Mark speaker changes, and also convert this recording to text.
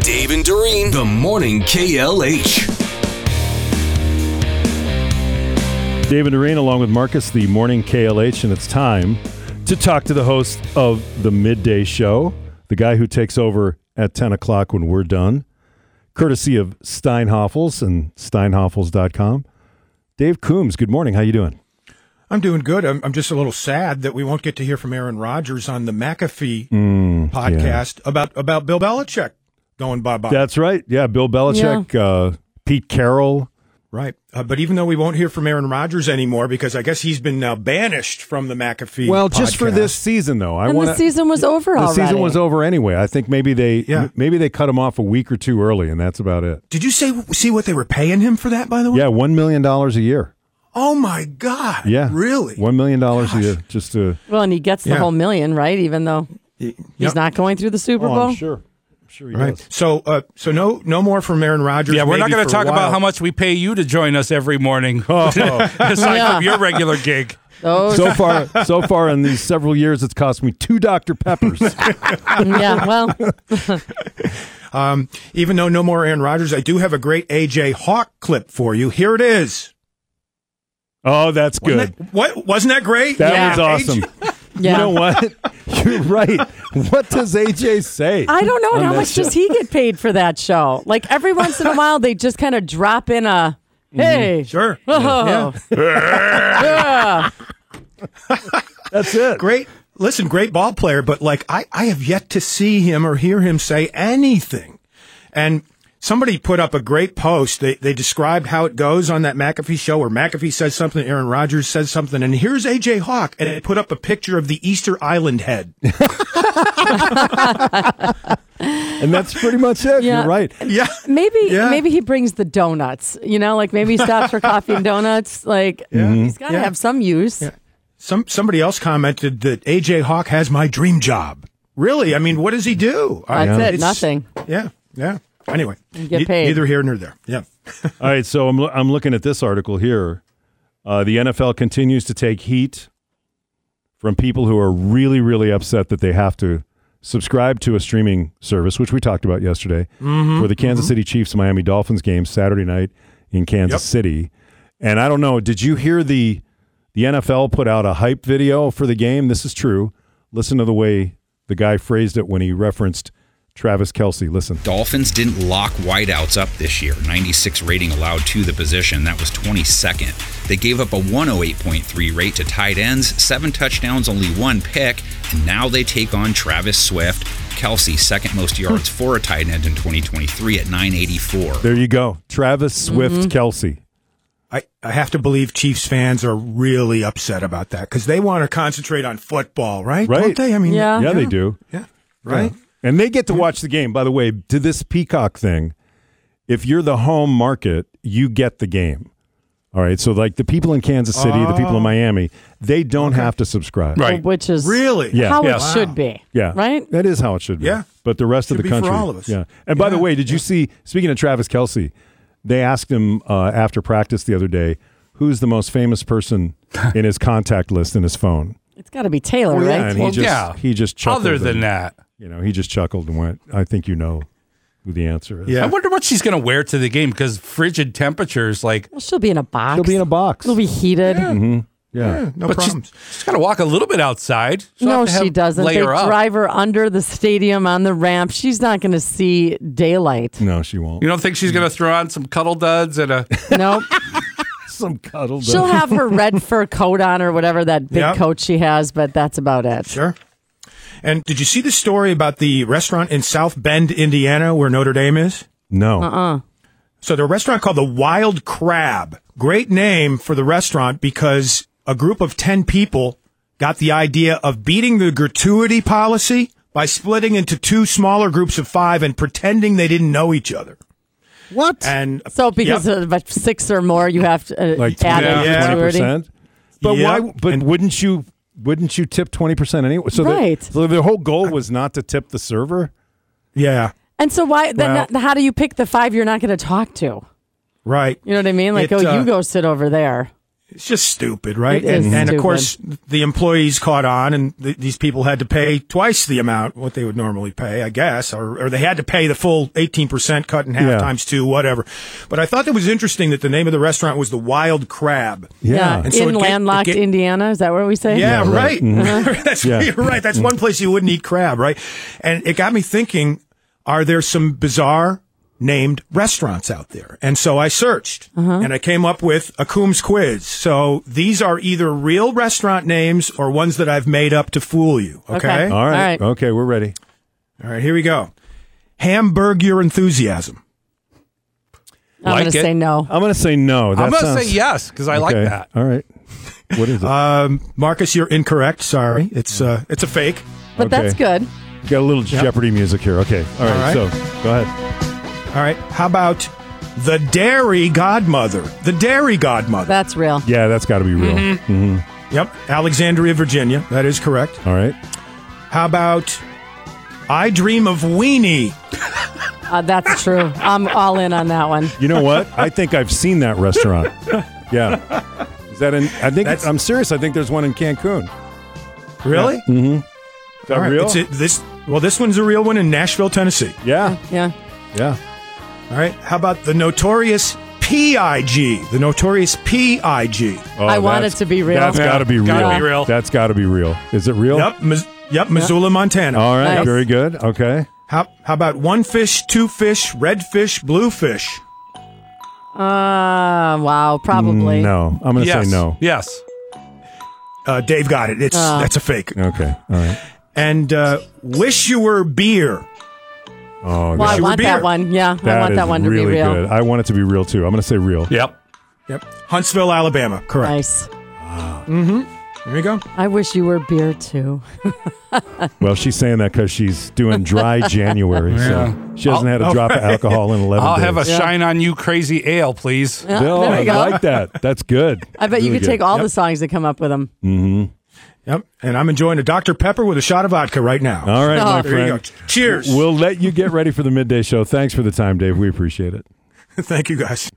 Speaker 1: Dave and Doreen.
Speaker 2: The Morning KLH.
Speaker 3: David Doreen, along with Marcus, the morning KLH, and it's time to talk to the host of the midday show, the guy who takes over at 10 o'clock when we're done, courtesy of Steinhoffels and steinhoffels.com. Dave Coombs, good morning. How you doing?
Speaker 4: I'm doing good. I'm, I'm just a little sad that we won't get to hear from Aaron Rodgers on the McAfee
Speaker 3: Mm,
Speaker 4: podcast about about Bill Belichick going bye bye.
Speaker 3: That's right. Yeah, Bill Belichick, uh, Pete Carroll.
Speaker 4: Right. Uh, but even though we won't hear from Aaron Rodgers anymore, because I guess he's been now banished from the McAfee.
Speaker 3: Well, just for
Speaker 4: podcast.
Speaker 3: this season, though, I
Speaker 5: and
Speaker 3: want
Speaker 5: the season was over
Speaker 3: The
Speaker 5: already.
Speaker 3: season was over anyway. I think maybe they
Speaker 4: Yeah.
Speaker 3: maybe they cut him off a week or two early, and that's about it.
Speaker 4: Did you say see what they were paying him for that? By the way.
Speaker 3: Yeah, one million dollars a year.
Speaker 4: Oh my God.
Speaker 3: Yeah,
Speaker 4: Really.
Speaker 3: one million dollars a year just to.
Speaker 5: Well, and he gets the
Speaker 4: Yeah.
Speaker 5: whole million, right? Even though he's
Speaker 4: Yep.
Speaker 5: not going through the Super Bowl.
Speaker 3: Oh, sure, I'm sure he
Speaker 4: Right. So, uh, so no, no more from Aaron Rodgers.
Speaker 6: Yeah, we're not
Speaker 4: maybe
Speaker 6: going
Speaker 4: for
Speaker 6: to
Speaker 4: a
Speaker 6: talk about
Speaker 4: while.
Speaker 6: how much we pay you to join us every morning,
Speaker 3: Oh.
Speaker 6: aside
Speaker 5: Yeah.
Speaker 6: from your regular gig.
Speaker 5: Those,
Speaker 3: So far, so far in these several years, it's cost me two Dr Peppers.
Speaker 5: yeah. Well,
Speaker 4: Even though no more Aaron Rodgers, I do have a great AJ Hawk clip for you. Here it is.
Speaker 3: oh, that's good.
Speaker 4: Wasn't that, what wasn't that great?
Speaker 3: That
Speaker 5: Yeah.
Speaker 3: was awesome.
Speaker 5: yeah.
Speaker 3: You know what? You're right. What does AJ say?
Speaker 5: I don't know. And
Speaker 3: on
Speaker 5: how
Speaker 3: that
Speaker 5: much
Speaker 3: show?
Speaker 5: does he get paid for that show? Like every once in a while, they just kind of drop in a hey.
Speaker 4: Sure.
Speaker 5: Oh. Yeah.
Speaker 3: That's it.
Speaker 4: Great. Listen, great ball player, but like I, I have yet to see him or hear him say anything. And somebody put up a great post. They they described how it goes on that McAfee show where McAfee says something, Aaron Rodgers says something, and here's AJ Hawk, and it put up a picture of the Easter Island head.
Speaker 3: And that's pretty much it.
Speaker 5: Yeah.
Speaker 3: You're right.
Speaker 4: yeah.
Speaker 5: Maybe
Speaker 4: Yeah.
Speaker 5: maybe he brings the donuts. You know, like maybe he stops for coffee and donuts. Like he's got to
Speaker 4: Yeah.
Speaker 5: have some use.
Speaker 4: Some somebody else commented that AJ Hawk has my dream job. Really? I mean, what does he do? I-
Speaker 5: That's it.
Speaker 4: it's-
Speaker 5: Nothing.
Speaker 4: Yeah, yeah. Anyway,
Speaker 5: get
Speaker 4: ne-
Speaker 5: paid.
Speaker 4: neither here nor there. Yeah.
Speaker 3: All right, so I'm, lo- I'm looking at this article here. Uh, the NFL continues to take heat from people who are really, really upset that they have to subscribe to a streaming service, which we talked about yesterday, for the Kansas City Chiefs Miami Dolphins game Saturday night in Kansas City. And I don't know, did you hear the the NFL put out a hype video for the game? This is true. Listen to the way the guy phrased it when he referenced Travis Kelsey. Listen.
Speaker 7: Dolphins didn't lock wideouts up this year. 96 rating allowed to the position. That was 22nd. They gave up a 108.3 rate to tight ends, seven touchdowns, only one pick, and now they take on Travis Swift. Kelsey, second most yards
Speaker 2: Hmm.
Speaker 7: for a tight end in 2023 at 984.
Speaker 3: There you go. Travis Swift Kelsey.
Speaker 4: I, I have to believe Chiefs fans are really upset about that because they want to concentrate on football, right?
Speaker 3: Right.
Speaker 4: Don't they? I mean,
Speaker 5: Yeah.
Speaker 3: yeah, they do.
Speaker 4: Yeah. Right.
Speaker 3: And they get to watch the game. By the way, to this Peacock thing, if you're the home market, you get the game. All right. So, like the people in Kansas City, the people in Miami, they don't have to subscribe.
Speaker 6: Right.
Speaker 5: Which is
Speaker 4: Really?
Speaker 3: Yeah.
Speaker 5: how it
Speaker 3: Yeah.
Speaker 5: should be.
Speaker 3: Yeah.
Speaker 5: Right?
Speaker 3: That is how it should be.
Speaker 4: Yeah.
Speaker 3: But the rest of
Speaker 4: Should
Speaker 3: the
Speaker 4: be for
Speaker 3: country.
Speaker 4: all of us.
Speaker 3: Yeah. And by the way, did you see, speaking of Travis Kelsey, they asked him uh, after practice the other day, who's the most famous person in his contact list in his phone?
Speaker 5: It's got to be Taylor,
Speaker 3: Well, yeah,
Speaker 5: right?
Speaker 3: and he
Speaker 6: Well,
Speaker 3: just
Speaker 6: yeah.
Speaker 3: he just chuckled.
Speaker 6: Other than
Speaker 3: and,
Speaker 6: that,
Speaker 3: you know, he just chuckled and went, "I think you know who the answer is."
Speaker 4: Yeah.
Speaker 6: I wonder what she's going to wear to the game because frigid temperatures. Like,
Speaker 5: Well, she'll be in a box.
Speaker 3: He'll be in a box.
Speaker 5: It'll be heated.
Speaker 3: yeah.
Speaker 4: No
Speaker 6: but she's,
Speaker 4: problems.
Speaker 6: she's got to walk a little bit outside. She'll
Speaker 5: No,
Speaker 6: have to have-
Speaker 5: she doesn't.
Speaker 6: Lay
Speaker 5: They
Speaker 6: her up.
Speaker 5: drive her under the stadium on the ramp. She's not going to see daylight.
Speaker 3: No, she won't.
Speaker 6: You don't think she's going to throw on some cuddle duds and a?
Speaker 5: Nope.
Speaker 3: Some cuddle.
Speaker 5: She'll have her red fur coat on or whatever that big
Speaker 4: Yep.
Speaker 5: coat she has, but that's about it.
Speaker 4: Sure. And did you see the story about the restaurant in South Bend, Indiana, where Notre Dame is?
Speaker 3: no.
Speaker 5: Uh-uh.
Speaker 4: So the restaurant called the Wild Crab. Great name for the restaurant because a group of 10 people got the idea of beating the gratuity policy by splitting into two smaller groups of five and pretending they didn't know each other.
Speaker 3: What?
Speaker 4: And
Speaker 5: So because
Speaker 4: Yep.
Speaker 5: of about six or more, you have to uh,
Speaker 3: Like
Speaker 5: add
Speaker 3: twenty
Speaker 5: in
Speaker 4: Yeah.
Speaker 5: gratuity.
Speaker 3: percent. But
Speaker 4: Yep.
Speaker 3: why? But
Speaker 4: And-
Speaker 3: wouldn't you? Wouldn't you tip twenty percent anyway? So the-
Speaker 5: Right.
Speaker 3: so the whole goal was not to tip the server.
Speaker 4: yeah,
Speaker 5: And so why? Then
Speaker 4: Well-
Speaker 5: how do you pick the five you're not going to talk to?
Speaker 4: right.
Speaker 5: You know what I mean? Like,
Speaker 4: It,
Speaker 5: oh,
Speaker 4: uh,
Speaker 5: you go sit over there.
Speaker 4: It's just stupid, right?
Speaker 5: It
Speaker 4: and,
Speaker 5: is
Speaker 4: and of
Speaker 5: stupid.
Speaker 4: course, the employees caught on, and th- these people had to pay twice the amount what they would normally pay, I guess, or, or they had to pay the full eighteen percent cut in half
Speaker 3: Yeah.
Speaker 4: times two, whatever. But I thought that was interesting that the name of the restaurant was the Wild Crab.
Speaker 3: Yeah.
Speaker 4: And so
Speaker 5: in
Speaker 4: it get- it
Speaker 5: landlocked
Speaker 4: get-
Speaker 5: Indiana, is that what we say?
Speaker 4: Yeah, right. Mm-hmm. That's
Speaker 3: Yeah.
Speaker 4: you're right. That's one place you wouldn't eat crab, right? And it got me thinking: Are there some bizarre named restaurants out there? And so I searched, and I came up with a Coombs quiz. So these are either real restaurant names or ones that I've made up to fool you. Okay.
Speaker 5: Okay.
Speaker 3: All right.
Speaker 5: right.
Speaker 3: Okay, we're ready.
Speaker 4: All right. Here we go. Hamburg your enthusiasm.
Speaker 5: I'm
Speaker 6: Like
Speaker 5: gonna
Speaker 6: it.
Speaker 5: say no.
Speaker 3: I'm going to say no. That
Speaker 6: I'm gonna
Speaker 3: sounds-
Speaker 6: say yes because I like
Speaker 3: Okay.
Speaker 6: that. Uh,
Speaker 3: All right. What is it?
Speaker 4: Marcus, you're incorrect. Sorry, it's uh, it's a fake.
Speaker 5: But that's good.
Speaker 3: Got a little Jeopardy music here. Okay. All right,
Speaker 4: right.
Speaker 3: So go ahead.
Speaker 4: All right. How about the Dairy Godmother? The Dairy Godmother.
Speaker 5: That's real.
Speaker 3: Yeah, that's got to be real.
Speaker 6: Mm-hmm.
Speaker 4: Yep, Alexandria, Virginia. That is correct.
Speaker 3: All right.
Speaker 4: How about I Dream of Weenie?
Speaker 5: Uh, that's true. I'm all in on that one.
Speaker 3: You know what? I think I've seen that restaurant. Yeah. Is that in? I think
Speaker 4: That's-
Speaker 3: I'm serious. I think there's one in Cancun. Is
Speaker 4: Really?
Speaker 3: that
Speaker 4: All right,
Speaker 3: real?
Speaker 4: it's a- this well, this one's a real one in Nashville, Tennessee.
Speaker 3: Yeah.
Speaker 5: Yeah.
Speaker 3: Yeah.
Speaker 4: All right. How about the notorious PIG? The notorious PIG.
Speaker 3: Oh,
Speaker 5: I want
Speaker 3: that's-
Speaker 5: it to be real.
Speaker 3: That's
Speaker 5: Yeah.
Speaker 3: got to be real.
Speaker 6: Gotta be real.
Speaker 3: That's got to be real. Is it real?
Speaker 4: Yep. Mis- yep. Missoula, Montana.
Speaker 3: All right.
Speaker 5: Nice.
Speaker 3: Very good. Okay.
Speaker 4: How how about one fish, two fish, red fish, blue fish?
Speaker 5: Uh, wow. Probably.
Speaker 3: No. I'm going to
Speaker 6: yes.
Speaker 3: say no.
Speaker 6: Yes.
Speaker 4: Uh, Dave got it. It's that's a fake.
Speaker 3: Okay. All right.
Speaker 4: And uh, wish you were beer.
Speaker 3: Oh,
Speaker 5: Well, I
Speaker 3: that,
Speaker 5: want
Speaker 4: beer.
Speaker 5: that one. Yeah, I want
Speaker 3: is
Speaker 5: that one to
Speaker 3: really
Speaker 5: be real.
Speaker 3: good. I want it to be real too. I'm going to say real.
Speaker 6: Yep.
Speaker 4: Yep. Huntsville, Alabama. Correct.
Speaker 5: Nice.
Speaker 4: There you go.
Speaker 5: I wish you were beer too.
Speaker 3: Well, she's saying that because she's doing dry January,
Speaker 6: Yeah.
Speaker 3: so she hasn't had a drop of alcohol in 11
Speaker 6: I'll
Speaker 3: days.
Speaker 6: have a
Speaker 5: Yeah.
Speaker 6: shine on you crazy ale, please.
Speaker 5: Yeah,
Speaker 3: Bill,
Speaker 5: there
Speaker 3: I
Speaker 5: we go.
Speaker 3: like that. That's good.
Speaker 5: I bet you
Speaker 3: Really
Speaker 5: could
Speaker 3: good.
Speaker 5: take all the songs that come up with them.
Speaker 4: Yep. And I'm enjoying a Dr. Pepper with a shot of vodka right now.
Speaker 3: All right, my
Speaker 5: Oh.
Speaker 4: There you go.
Speaker 3: friend.
Speaker 4: Cheers.
Speaker 3: We'll let you get ready for the midday show. Thanks for the time, Dave. We appreciate it.
Speaker 4: Thank you, guys.